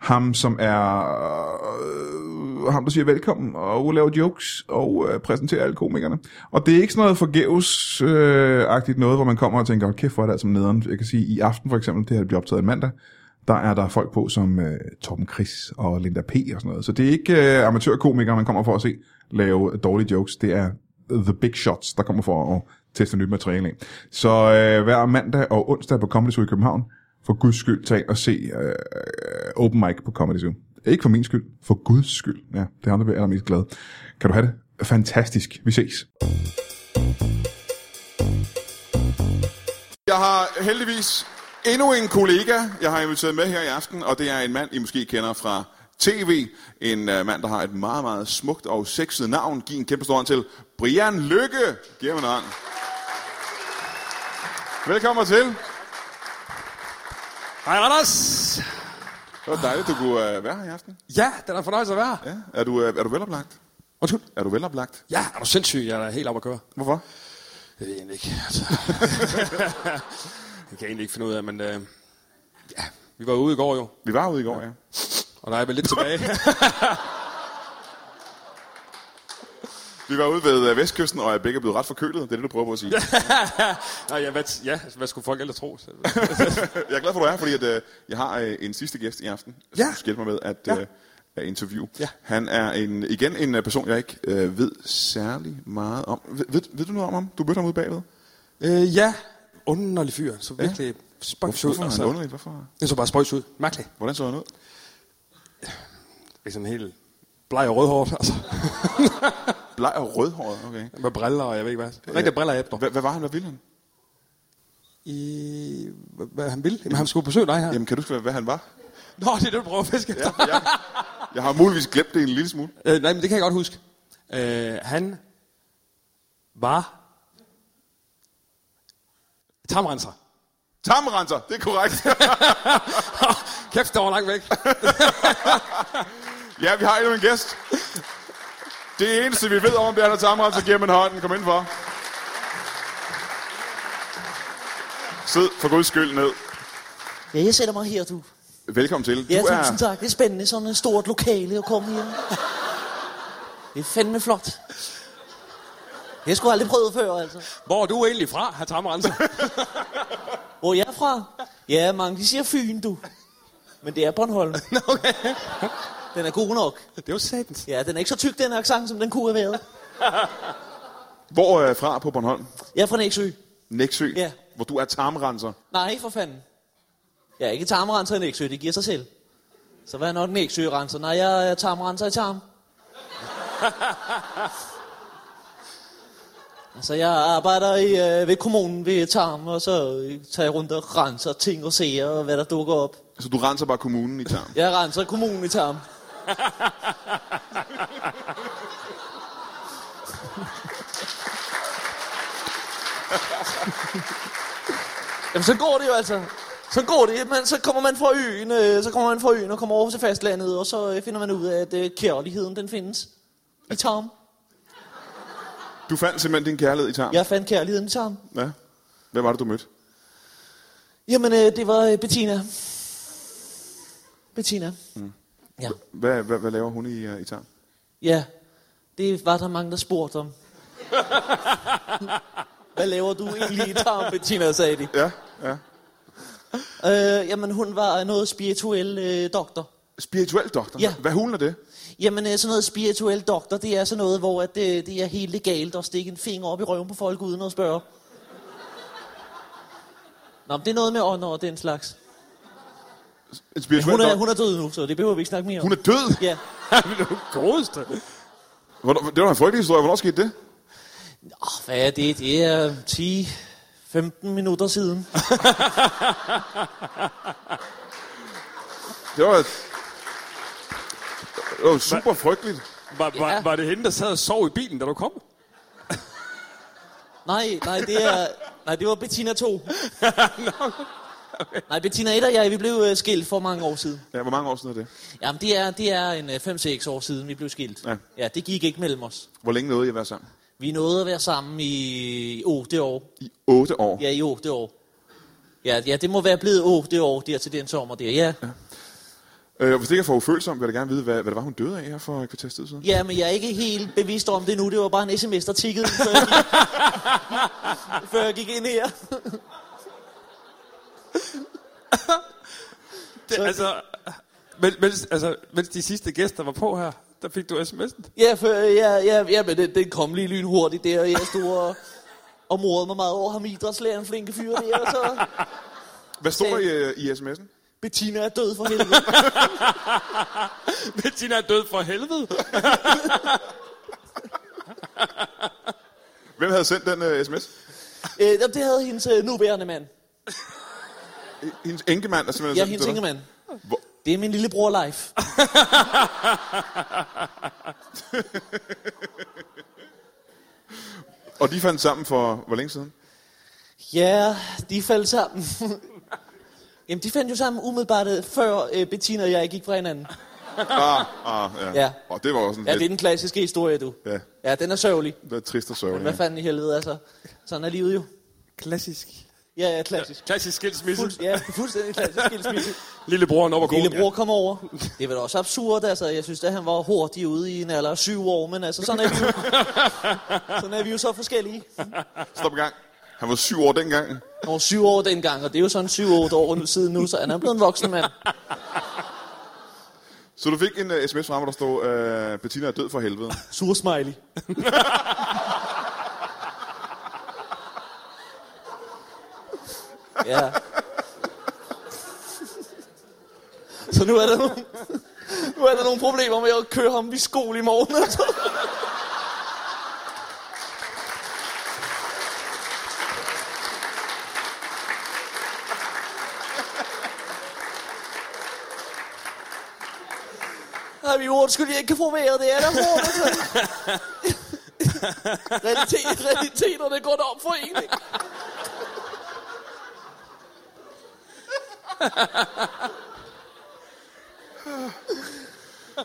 [SPEAKER 2] ham, som er øh, ham, der siger velkommen og laver jokes og øh, præsenterer alle komikerne. Og det er ikke sådan noget forgæves-agtigt noget, hvor man kommer og tænker, "Hold kæft, hvor er det altså nederen. Jeg kan sige, i aften for eksempel, det her bliver optaget en mandag, der er der folk på som øh, Torben Chris og Linda P. og sådan noget. Så det er ikke øh, amatørkomikere, man kommer for at se lave dårlige jokes. Det er the big shots, der kommer for at
[SPEAKER 1] tester nyt materiale af. Så øh, hver mandag og onsdag på Comedy Zoo i København, for guds skyld, tag og se øh, open mic på Comedy Zoo. Ikke for min skyld, for guds skyld. Ja, det er ham, der bliver allermest glad. Kan du have det? Fantastisk. Vi ses.
[SPEAKER 2] Jeg har heldigvis endnu en kollega, jeg har inviteret med her i aften, og det er en mand, I måske kender fra tv. En øh, mand, der har et meget, meget smukt og sexet navn. Giv en kæmpe stor hånd til Brian Lykke. Giv ham en hånd. Velkommen til.
[SPEAKER 4] Hej, Anders!
[SPEAKER 2] Det var dejligt, du kunne øh, være her i aften.
[SPEAKER 4] Ja, det er da en fornøjelse at være.
[SPEAKER 2] Ja. Er, du, øh, er du veloplagt?
[SPEAKER 4] Undskyld?
[SPEAKER 2] Er du veloplagt?
[SPEAKER 4] Ja, er du sindssyg? Jeg er da helt oppe at køre.
[SPEAKER 2] Hvorfor?
[SPEAKER 4] Det ved jeg egentlig ikke. Altså. det kan jeg egentlig ikke finde ud af, men øh, ja, vi var ude i går jo,
[SPEAKER 2] Vi var ude i går, ja.
[SPEAKER 4] og der er vel lidt tilbage.
[SPEAKER 2] Vi var ude ved øh, Vestkysten, og jeg begge er blevet ret forkølet. Det er det, du prøver på at sige.
[SPEAKER 4] Nej, ja, hvad, ja, hvad skulle folk ellers tro?
[SPEAKER 2] jeg er glad for, at du er her, fordi at, øh, jeg har øh, en sidste gæst i aften, som
[SPEAKER 4] Ja.
[SPEAKER 2] du skal hjælpe mig med at,
[SPEAKER 4] Ja.
[SPEAKER 2] øh, at interview.
[SPEAKER 4] Ja.
[SPEAKER 2] Han er en, igen en øh, person, jeg ikke øh, ved særlig meget om. Ved, ved, ved du noget om ham? Du mødte ham ude bagved.
[SPEAKER 4] øh, ja, underlig fyr, så virkelig ja. spøjs
[SPEAKER 2] Hvorfor,
[SPEAKER 4] ud.
[SPEAKER 2] hvorfor er han
[SPEAKER 4] Altså.
[SPEAKER 2] underligt? Hvorfor?
[SPEAKER 4] Det så bare spøjs ud. Mærkeligt.
[SPEAKER 2] Hvordan så han ud?
[SPEAKER 4] Det er sådan helt bleg og rødhårdt, altså.
[SPEAKER 2] Bleg og rødhåret, okay.
[SPEAKER 4] Med briller og jeg ved ikke hvad. Rigtig briller efter.
[SPEAKER 2] Hvad, hvad var han? Hvad ville han?
[SPEAKER 4] I, hvad- hvad han ville? Jamen, han skulle besøge dig her.
[SPEAKER 2] Jamen, kan du huske, hvad, hvad han var?
[SPEAKER 4] Nå, det er det, du prøver at fiske
[SPEAKER 2] Ja,
[SPEAKER 4] efter.
[SPEAKER 2] jeg, jeg har muligvis glemt det en lille smule.
[SPEAKER 4] Øh, nej, men det kan jeg godt huske. Øh, han var tamrenser.
[SPEAKER 2] Tamrenser, det er korrekt.
[SPEAKER 4] Kæft, der var langt væk.
[SPEAKER 2] ja, vi har endnu en gæst. Det eneste, vi ved om, det er, at Tamrenser giver mig en hånd. Kom indenfor. Sid for guds skyld ned.
[SPEAKER 3] Ja, jeg sætter mig her, du.
[SPEAKER 2] Velkommen til.
[SPEAKER 3] Ja,
[SPEAKER 2] du
[SPEAKER 3] tusind tak. Det er spændende, sådan et stort lokale at komme her. Det er fandme flot. Det har sgu aldrig prøvet før, altså.
[SPEAKER 4] Hvor er du egentlig fra, herr tamrenser?
[SPEAKER 3] Hvor er jeg er fra? Ja, mange de siger Fyn, du. Men det er Bornholm.
[SPEAKER 4] okay.
[SPEAKER 3] Den er god nok.
[SPEAKER 4] Det var satans.
[SPEAKER 3] Ja, den er ikke så tyk, den accent, som den kunne have været.
[SPEAKER 2] Hvor øh, fra på Bornholm?
[SPEAKER 3] Jeg er fra Næksø.
[SPEAKER 2] Næksø.
[SPEAKER 3] Ja.
[SPEAKER 2] Hvor du er tamrenser.
[SPEAKER 3] Nej, for fanden. Jeg er ikke tarmrenser i Næksø, det giver sig selv. Så hvad er nok Næksø-renser? Nej, jeg er tarmrenser i tarm. altså, jeg arbejder i, øh, ved kommunen ved tarm, og så øh, tager jeg rundt og renser ting og sager, og hvad der dukker op.
[SPEAKER 2] Så du renser bare kommunen i tarm.
[SPEAKER 3] Jeg renser kommunen i tarm. Jamen, så går det jo altså. Så går det. Man, så kommer man fra øen, øh, så kommer man fra øen og kommer over til fastlandet, og så øh, finder man ud af, at øh, kærligheden, den findes. I tarm.
[SPEAKER 2] Du fandt simpelthen din kærlighed i tarm.
[SPEAKER 3] Jeg fandt kærligheden i tarm.
[SPEAKER 2] ja. Hvad var det, du mødte?
[SPEAKER 3] Jamen, øh, det var øh, Bettina. Bettina. Mm. Ja.
[SPEAKER 2] Hvad, hvad, hvad laver hun i, uh, i tarm?
[SPEAKER 3] Ja, det var der mange, der spurgte om. Hvad laver du egentlig i tarm, Bettina, sagde de.
[SPEAKER 2] Ja, ja.
[SPEAKER 3] Øh, jamen, hun var noget spirituel øh, doktor.
[SPEAKER 2] Spirituel doktor?
[SPEAKER 3] Ja.
[SPEAKER 2] Hvad hulen er det?
[SPEAKER 3] Jamen, øh, sådan noget spirituel doktor, det er sådan noget, hvor at, øh, det er helt legalt at stikke en finger op i røven på folk uden at spørge. Nå, men det er noget med ånder og den slags.
[SPEAKER 2] En
[SPEAKER 3] Men
[SPEAKER 2] spirituel
[SPEAKER 3] hun er,
[SPEAKER 2] doktor?
[SPEAKER 3] hun er død nu, så det behøver vi ikke snakke mere om.
[SPEAKER 2] hun er død?
[SPEAKER 3] Ja.
[SPEAKER 4] Godeste.
[SPEAKER 2] Hvornår, det var da en frygtelig historie. Hvornår skete det?
[SPEAKER 3] Åh, hvad er det? Det er 10-15 minutter siden.
[SPEAKER 2] Det var... Det var super frygteligt.
[SPEAKER 4] Var, var, var det hende, der sad og sov i bilen, da du kom?
[SPEAKER 3] Nej, nej, det er... Nej, det var Bettina 2. Nej, Bettina 1 og jeg, vi blev øh, skilt for mange år siden.
[SPEAKER 2] Ja, hvor mange år siden er det?
[SPEAKER 3] Jamen, det er, det er en øh, 5-6 år siden, vi blev skilt.
[SPEAKER 2] Ja.
[SPEAKER 3] ja, det gik ikke mellem os.
[SPEAKER 2] Hvor længe nåede I at være sammen?
[SPEAKER 3] Vi nåede at være sammen i 8 år.
[SPEAKER 2] I 8 år.
[SPEAKER 3] Ja, i 8 år. Ja, ja, det må være blevet 8 år der til den sommer der. Ja,
[SPEAKER 2] Øh, hvis det ikke er for ufølsomt, vil jeg da gerne vide, hvad, hvad det var, hun døde af her for et kvarters tid siden.
[SPEAKER 3] ja men jeg er ikke helt bevidst om det nu. Det var bare en sms, der tikkede, før jeg gik, før jeg gik ind her.
[SPEAKER 4] Det, altså, men, mens, altså, mens de sidste gæster var på her, der fik du sms'en.
[SPEAKER 3] Ja, for, ja, ja, ja, men den, den kom lige lynhurtigt der, og jeg stod og, og morede mig meget over ham i idrætslæreren, flinke fyr der, og så...
[SPEAKER 2] Hvad stod der i, øh, i sms'en?
[SPEAKER 3] Bettina er død for helvede.
[SPEAKER 4] Bettina er død for helvede.
[SPEAKER 2] Hvem havde sendt den øh, sms?
[SPEAKER 3] øh, jamen, det havde hendes øh, nuværende mand.
[SPEAKER 2] Hendes enkemand er simpelthen
[SPEAKER 3] Ja,
[SPEAKER 2] sendt
[SPEAKER 3] hendes
[SPEAKER 2] den til dig?
[SPEAKER 3] enkemand.
[SPEAKER 2] Hvor-
[SPEAKER 3] Det er min lillebror live.
[SPEAKER 2] Og de fandt sammen for hvor længe siden?
[SPEAKER 3] Ja, de faldt sammen. Jamen, de fandt jo sammen umiddelbart øh, før øh, Bettina og jeg gik fra hinanden.
[SPEAKER 2] Ah, ah, ja.
[SPEAKER 3] Ja.
[SPEAKER 2] Og det var også en
[SPEAKER 3] Ja,
[SPEAKER 2] lidt,
[SPEAKER 3] det er den klassiske historie, du.
[SPEAKER 2] Ja.
[SPEAKER 3] Ja, den er sørgelig.
[SPEAKER 2] lidt trist og
[SPEAKER 3] Hvad
[SPEAKER 2] sørgelig.
[SPEAKER 3] fanden i helvede, altså. Sådan er livet jo.
[SPEAKER 4] Klassisk.
[SPEAKER 3] Ja, ja, klassisk.
[SPEAKER 4] Klassisk skilsmisse.
[SPEAKER 3] Fuld, ja, fuldstændig klassisk skilsmisse.
[SPEAKER 4] Lillebroren op og konen.
[SPEAKER 3] Lillebror kom over. Det var da også absurd, altså. Jeg synes, at han var hurtig ude i en alder af syv år, men altså, sådan er vi jo, sådan er vi jo så forskellige.
[SPEAKER 2] Stop i gang. Han var syv år dengang.
[SPEAKER 3] Han var syv år dengang, og det er jo sådan syv, otte år nu- siden nu, så han er blevet en voksen mand.
[SPEAKER 2] Så du fik en uh, sms fra mig, der stod, øh, Bettina er død for helvede.
[SPEAKER 3] Sur smiley. ja. Så nu er der nogle, nu er der nogle problemer med at køre ham i skole i morgen. Altså. Ej, vi undskyld, jeg ikke kan få vejret. Det er der hårdt. Altså. Realitet, realiteterne går da op for en, ikke?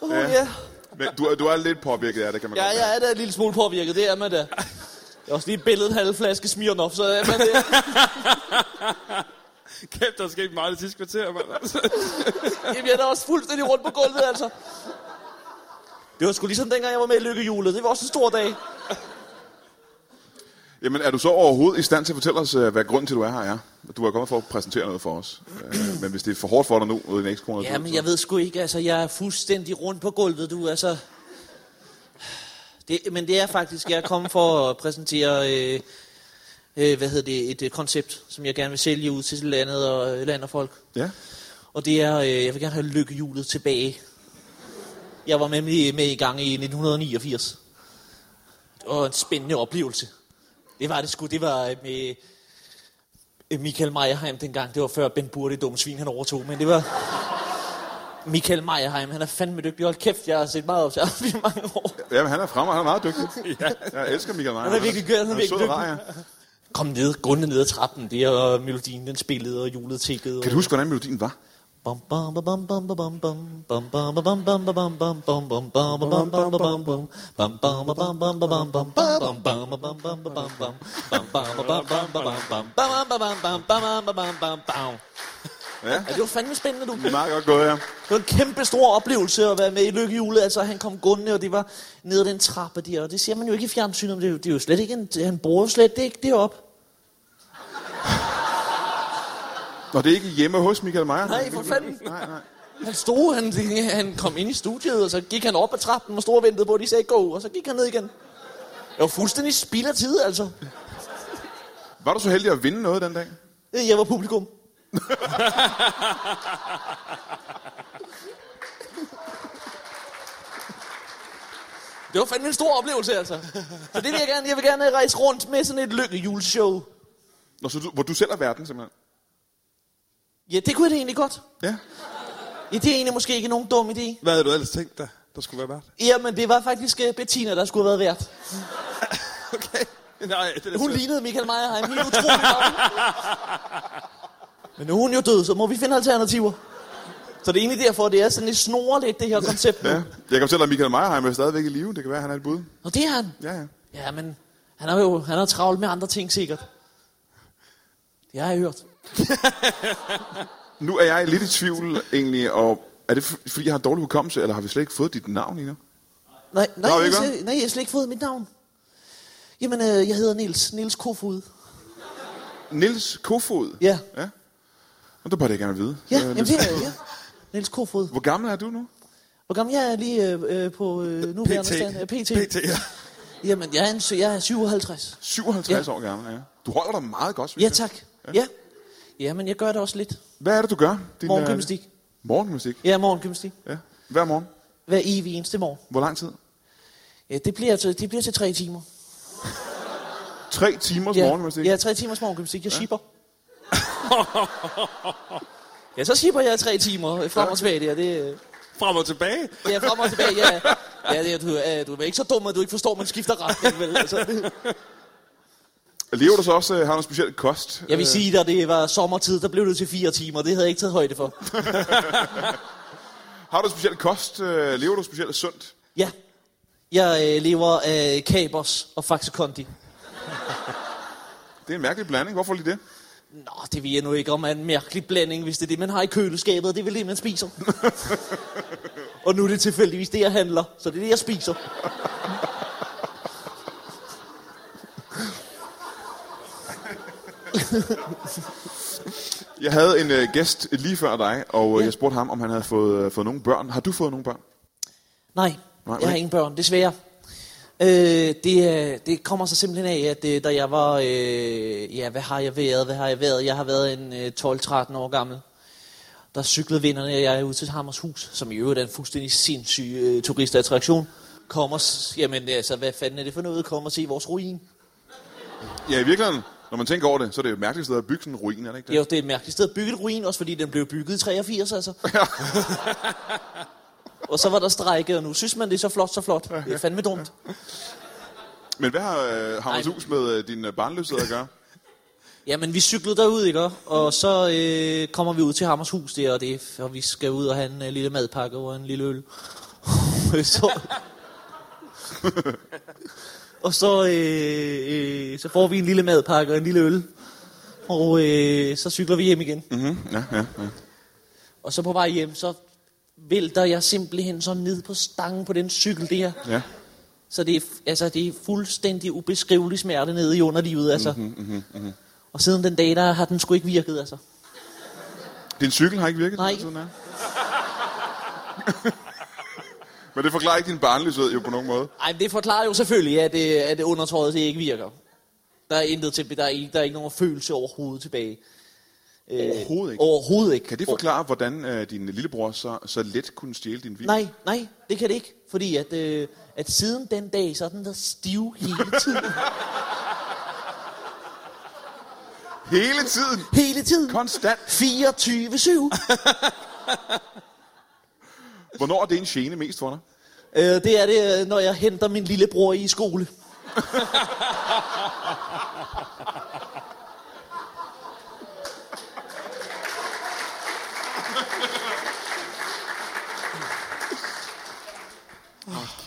[SPEAKER 3] Oh, ja.
[SPEAKER 2] Men du, er- du er lidt påvirket af det, kan man
[SPEAKER 3] ja,
[SPEAKER 2] godt
[SPEAKER 3] jeg er da en lille smule påvirket, det er man da. Jeg har også lige billedet en halv flaske Smirnoff, så er man det.
[SPEAKER 4] Kæft, der er sket meget det sidste kvarter, mand.
[SPEAKER 3] Jamen, jeg er da også fuldstændig rundt på gulvet, altså. Det var sgu ligesom dengang, jeg var med i Lykkehjulet. Det var også en stor dag.
[SPEAKER 2] mærke. Jamen, er du så overhovedet i stand til at fortælle os, øh, hvad grunden til, du er her er? Du er kommet for at præsentere noget for os. Øh, men hvis det er for hårdt for dig nu, ude i den ekskone,
[SPEAKER 3] Ja, men jeg ved sgu ikke, altså jeg er fuldstændig rundt på gulvet, du, altså. Det, men det er faktisk, jeg er kommet for at præsentere, øh, øh, hvad hedder det, et øh, koncept, som jeg gerne vil sælge ud til landet og øh, land og folk.
[SPEAKER 2] Ja.
[SPEAKER 3] Og det er, øh, jeg vil gerne have lykkehjulet tilbage. Jeg var nemlig med i gang i 1989. Det var en spændende oplevelse. Det var det sgu, det var øh, med øh, Michael Meierheim dengang. Det var før Ben Burde, det dumme svin, han overtog, men det var... Michael Meierheim, han er fandme dygtig. Hold kæft, jeg har set meget op til ham i mange år.
[SPEAKER 2] Ja, men han er fremme, og han er meget dygtig. ja. Jeg elsker Michael Meyer.
[SPEAKER 3] Han er virkelig kørt, han er virkelig
[SPEAKER 2] sød og rar,
[SPEAKER 3] dygtig. Kom ned, grunde ned ad trappen, det og melodien, den spillede, og hjulet tikkede.
[SPEAKER 2] Kan du huske, hvordan melodien var?
[SPEAKER 3] Bum, bum, ba, bum, bum, ba, bum, bum. Bum, bum, ba, bum, bum, ba, bum, bum. Bum, bum, ba, bum, bum, bum, ba, bum, bum. Bum, bum, ba, bum, bum, ba, bum, bum. Bum, bum, ba, bum, bum, ba, bum, bum. Bum, bum, ba, bum, bum, ba, bum, bum. Bum, bum, ba, bum, bum, ba, bum, ba, bum, bum, bum.
[SPEAKER 2] Ja.
[SPEAKER 3] Ja, det var fandme spændende, du.
[SPEAKER 2] Det er meget godt gået, ja.
[SPEAKER 3] Det var en kæmpe stor oplevelse at være med i Lykkehjulet. Altså, han kom gående, og det var ned ad den trappe der. Og det ser man jo ikke i fjernsynet, men det er jo, det er jo slet ikke en, han bruger jo slet det ikke det op.
[SPEAKER 2] Nå, det er ikke hjemme hos Michael Meyer.
[SPEAKER 3] Nej, for fanden.
[SPEAKER 2] Nej, nej.
[SPEAKER 3] Han stod, han, han kom ind i studiet, og så gik han op ad trappen og stod og ventede på, at de sagde gå, og så gik han ned igen. Jeg var fuldstændig spild af tid, altså.
[SPEAKER 2] Var du så heldig at vinde noget den dag?
[SPEAKER 3] Øh, Jeg var publikum. Det var fandme en stor oplevelse, altså. Så det vil jeg gerne. Jeg vil gerne rejse rundt med sådan et lykkejuleshow.
[SPEAKER 2] Nå, så du, hvor du selv er verden, simpelthen.
[SPEAKER 3] Ja, det kunne jeg da egentlig godt.
[SPEAKER 2] Ja.
[SPEAKER 3] Ja, det er egentlig måske ikke nogen dum idé.
[SPEAKER 4] Hvad havde du ellers tænkt dig, der skulle være værd?
[SPEAKER 3] Jamen, det var faktisk øh, Bettina, der skulle have været vært.
[SPEAKER 4] Okay. Nej, det er
[SPEAKER 3] Hun lignede Michael Meierheim helt utroligt meget. Men nu er hun jo død, så må vi finde alternativer. Så det er egentlig derfor, det er sådan lidt snorligt, det her koncept nu.
[SPEAKER 2] Ja. Jeg kan fortælle dig, at Michael Meierheim er stadigvæk i live. Det kan være, at han er et bud.
[SPEAKER 3] Og det er han.
[SPEAKER 2] Ja, ja.
[SPEAKER 3] Ja, men han er jo han er travlt med andre ting sikkert. Det har jeg hørt.
[SPEAKER 2] Nu er jeg lidt i tvivl, egentlig, og er det f- fordi, jeg har dårlig hukommelse, eller har vi slet ikke fået dit navn endnu?
[SPEAKER 3] Nej, nej,
[SPEAKER 2] Nå,
[SPEAKER 3] jeg,
[SPEAKER 2] ikke
[SPEAKER 3] har slet- nej jeg har slet ikke fået mit navn. Jamen, øh, jeg hedder Nils Niels Kofod.
[SPEAKER 2] Nils Kofod?
[SPEAKER 3] Ja.
[SPEAKER 2] ja. Og det bør det gerne vide.
[SPEAKER 3] Ja,
[SPEAKER 2] Øh,
[SPEAKER 3] jamen
[SPEAKER 2] Niels-
[SPEAKER 3] det er jeg. Ja. Niels Kofod.
[SPEAKER 2] Hvor gammel er du nu?
[SPEAKER 3] Hvor gammel jeg er lige øh, øh, på øh, nuværende
[SPEAKER 4] PT.
[SPEAKER 3] stand? Øh, PT.
[SPEAKER 4] PT, ja.
[SPEAKER 3] Jamen, jeg er, en, sy- jeg er 57.
[SPEAKER 2] 57 ja. år gammel, ja. Du holder dig meget godt, synes
[SPEAKER 3] Ja,
[SPEAKER 2] jeg.
[SPEAKER 3] tak. Ja. Jamen, jeg gør det også lidt.
[SPEAKER 2] Hvad er det, du gør? Din,
[SPEAKER 3] Morgengymnastik.
[SPEAKER 2] øh, Morgengymnastik?
[SPEAKER 3] Ja, morgengymnastik.
[SPEAKER 2] Ja. Hver morgen?
[SPEAKER 3] Hver evig eneste morgen.
[SPEAKER 2] Hvor lang tid?
[SPEAKER 3] Ja, det bliver, til, det bliver til tre timer.
[SPEAKER 2] Tre timers
[SPEAKER 3] Ja,
[SPEAKER 2] morgengymnastik?
[SPEAKER 3] ja tre timers morgengymnastik. Jeg shipper. ja, så shipper jeg tre timer frem og tilbage der. Det, øh,
[SPEAKER 4] Frem og tilbage.
[SPEAKER 3] Ja, frem og tilbage, ja. ja det, er- du, er- du er ikke så dum, at du ikke forstår, at man skifter retning, vel? Altså, det-
[SPEAKER 2] Lever du så også, øh, har noget specielt kost?
[SPEAKER 3] jeg vil sige dig, det var sommertid, der blev det til fire timer. Det havde jeg ikke taget højde for.
[SPEAKER 2] Har du specielt kost? Øh, lever du specielt sundt?
[SPEAKER 3] Ja, jeg øh, lever af øh, kapers og Faxe Kondi.
[SPEAKER 2] Det er en mærkelig blanding. Hvorfor lige det?
[SPEAKER 3] Nå, det ved jeg nu ikke om er en mærkelig blanding, hvis det er det, man har i køleskabet, og det er vel det, man spiser. og nu er det tilfældigvis det, jeg handler, så det er det, jeg spiser.
[SPEAKER 2] Jeg havde en øh, gæst lige før dig, og øh, jeg spurgte ham, om han havde fået, øh, fået nogle børn. Har du fået nogle børn?
[SPEAKER 3] Nej,
[SPEAKER 2] Nej,
[SPEAKER 3] jeg har
[SPEAKER 2] nej.
[SPEAKER 3] ingen børn, desværre. Øh, det, er- det kommer så simpelthen af, at øh, da jeg var... Øh, ja, hvad har jeg været? Hvad har jeg været? Jeg har været en øh, 12-13 år gammel. Der cyklede vinderne, og jeg er ude til Hammershus, som i øvrigt er en fuldstændig sindssyg øh, turistattraktion. Kom og... s- Jamen, altså, hvad fanden er det for noget? Kom og se vores ruin.
[SPEAKER 2] Ja, i virkeligheden, når man tænker over det, så er det jo et mærkeligt sted at bygge sådan en ruin, er det ikke det?
[SPEAKER 3] Det er jo det er et mærkeligt sted at bygge et ruin, også fordi den blev bygget i 83, altså. og så var der strække, og nu synes man, det er så flot, så flot. Det er fandme dumt.
[SPEAKER 2] Men hvad har øh, Hammershus med øh, din øh, barnløshed at gøre?
[SPEAKER 3] Jamen, vi cyklede derud, ikke? Og så øh, kommer vi ud til Hammershus der, og, det, er- og vi skal ud og have en øh, lille madpakke og en lille øl. så, og så, øh, øh, så får vi en lille madpakke og en lille øl. Og øh, så cykler vi hjem igen. Mm-hmm. Ja, ja, ja. Og så på vej hjem, så vælter jeg simpelthen så ned på stangen på den cykel der.
[SPEAKER 2] Ja.
[SPEAKER 3] Så det er, f- altså, det er fuldstændig ubeskrivelig smerte nede i underlivet, altså. Mm-hmm, mm-hmm. Og siden den dag, der har den sgu ikke virket, altså.
[SPEAKER 2] Din cykel har ikke virket?
[SPEAKER 3] Nej.
[SPEAKER 2] Sådan er. Men det forklarer ikke din barnløshed jo på nogen måde.
[SPEAKER 3] Ej, men det forklarer jo selvfølgelig, at, øh, at undertøjet det ikke virker. Der er intet til, der er, ikke, der er ikke nogen følelse overhovedet tilbage. Øh,
[SPEAKER 2] Overhovedet ikke?
[SPEAKER 3] Overhovedet ikke.
[SPEAKER 2] Kan det forklare, hvordan øh, din lillebror så, så let kunne stjæle din bil?
[SPEAKER 3] Nej, nej, det kan det ikke. Fordi at, øh, at siden den dag, så er den der stiv hele tiden.
[SPEAKER 2] Hele tiden!
[SPEAKER 3] hele tiden.
[SPEAKER 2] Konstant!
[SPEAKER 3] 24-7.
[SPEAKER 2] Hvornår er det en gene mest for dig?
[SPEAKER 3] Øh, det er det, øh, når jeg henter min lillebror i skole.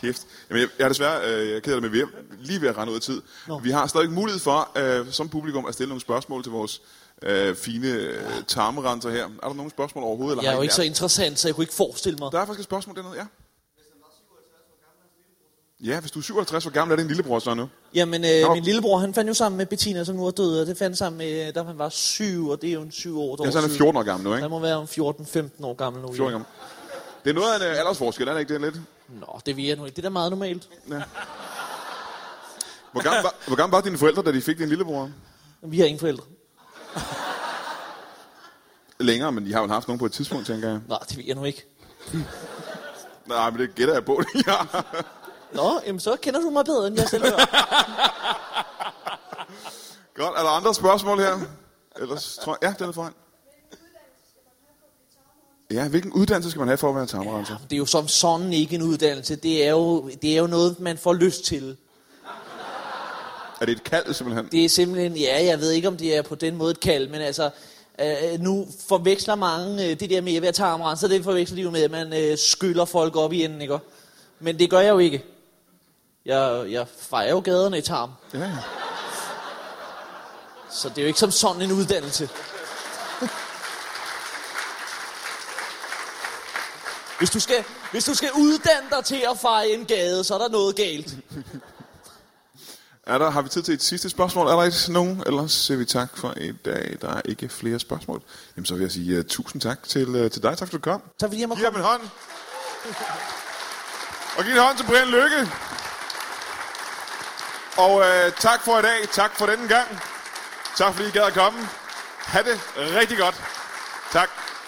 [SPEAKER 2] Kæft. Jamen, jeg, jeg er desværre øh, jeg er ked af det, men vi er lige ved at rende ud af tid.
[SPEAKER 3] Nå.
[SPEAKER 2] Vi har stadig mulighed for, øh, som publikum, at stille nogle spørgsmål til vores øh, fine øh, tarmerenser her. Er der nogle spørgsmål overhovedet? Eller
[SPEAKER 3] Jeg er
[SPEAKER 2] har
[SPEAKER 3] jo
[SPEAKER 2] I
[SPEAKER 3] ikke så
[SPEAKER 2] lært?
[SPEAKER 3] interessant, så jeg kunne ikke forestille mig.
[SPEAKER 2] Der er faktisk et spørgsmål dernede, ja. Ja, hvis du er 57, hvor gammel er din lillebror så nu?
[SPEAKER 3] Jamen, øh,
[SPEAKER 2] Nå.
[SPEAKER 3] min lillebror, han fandt jo sammen med Bettina, som nu er død, og det fandt sammen med, øh, da han var syv, og det er jo en syv år.
[SPEAKER 2] Ja, så er han 14 år gammel nu,
[SPEAKER 3] Han
[SPEAKER 2] ikke?
[SPEAKER 3] må være om 14-15 år gammel nu.
[SPEAKER 2] 14 år
[SPEAKER 3] ja.
[SPEAKER 2] gammel. Det er noget af en øh, aldersforskel, er det ikke det lidt?
[SPEAKER 3] Nå, det ved jeg nu ikke. Det er da meget normalt.
[SPEAKER 2] Hvor gammel, var, hvor gammel var dine forældre, da de fik din lillebror?
[SPEAKER 3] Vi har ingen forældre.
[SPEAKER 2] Længere, men de har jo haft nogen på et tidspunkt, tænker jeg.
[SPEAKER 3] Nej, det ved jeg nu ikke.
[SPEAKER 2] Nej, men det gætter jeg på, det ja.
[SPEAKER 3] Nå, jamen, så kender du mig bedre, end jeg selv gør.
[SPEAKER 2] Godt, er der andre spørgsmål her? Ellers tror jeg, ja, den er foran. Ja, hvilken uddannelse skal man have for at være tarmrenser?
[SPEAKER 3] Det er jo som sådan ikke en uddannelse. Det er jo, det er jo noget, man får lyst til.
[SPEAKER 2] Er det et kald simpelthen?
[SPEAKER 3] Det er simpelthen, ja, jeg ved ikke, om det er på den måde et kald, men altså, øh, nu forveksler mange øh, det der med at være tarmrens, så det forveksler de jo med, at man øh, skyller folk op i enden, ikke? også? Men det gør jeg jo ikke. Jeg, jeg fejrer jo gaderne i tarm,
[SPEAKER 2] Ja, ja.
[SPEAKER 3] så det er jo ikke som sådan en uddannelse. Hvis du, skal, hvis du skal uddanne dig til at feje en gade, så er der noget galt.
[SPEAKER 2] Er der, har vi tid til et sidste spørgsmål? Er der ikke nogen? Ellers siger vi tak for i dag. Der er ikke flere spørgsmål. Jamen, så vil jeg sige uh, tusind tak til, uh, til dig. Tak fordi du kom.
[SPEAKER 3] Så fordi jeg må
[SPEAKER 2] Giv ham en hånd. Og giv en hånd til Brian Lykke. Og øh, tak for i dag. Tak for denne gang. Tak fordi I gad at komme. Ha' det rigtig godt. Tak.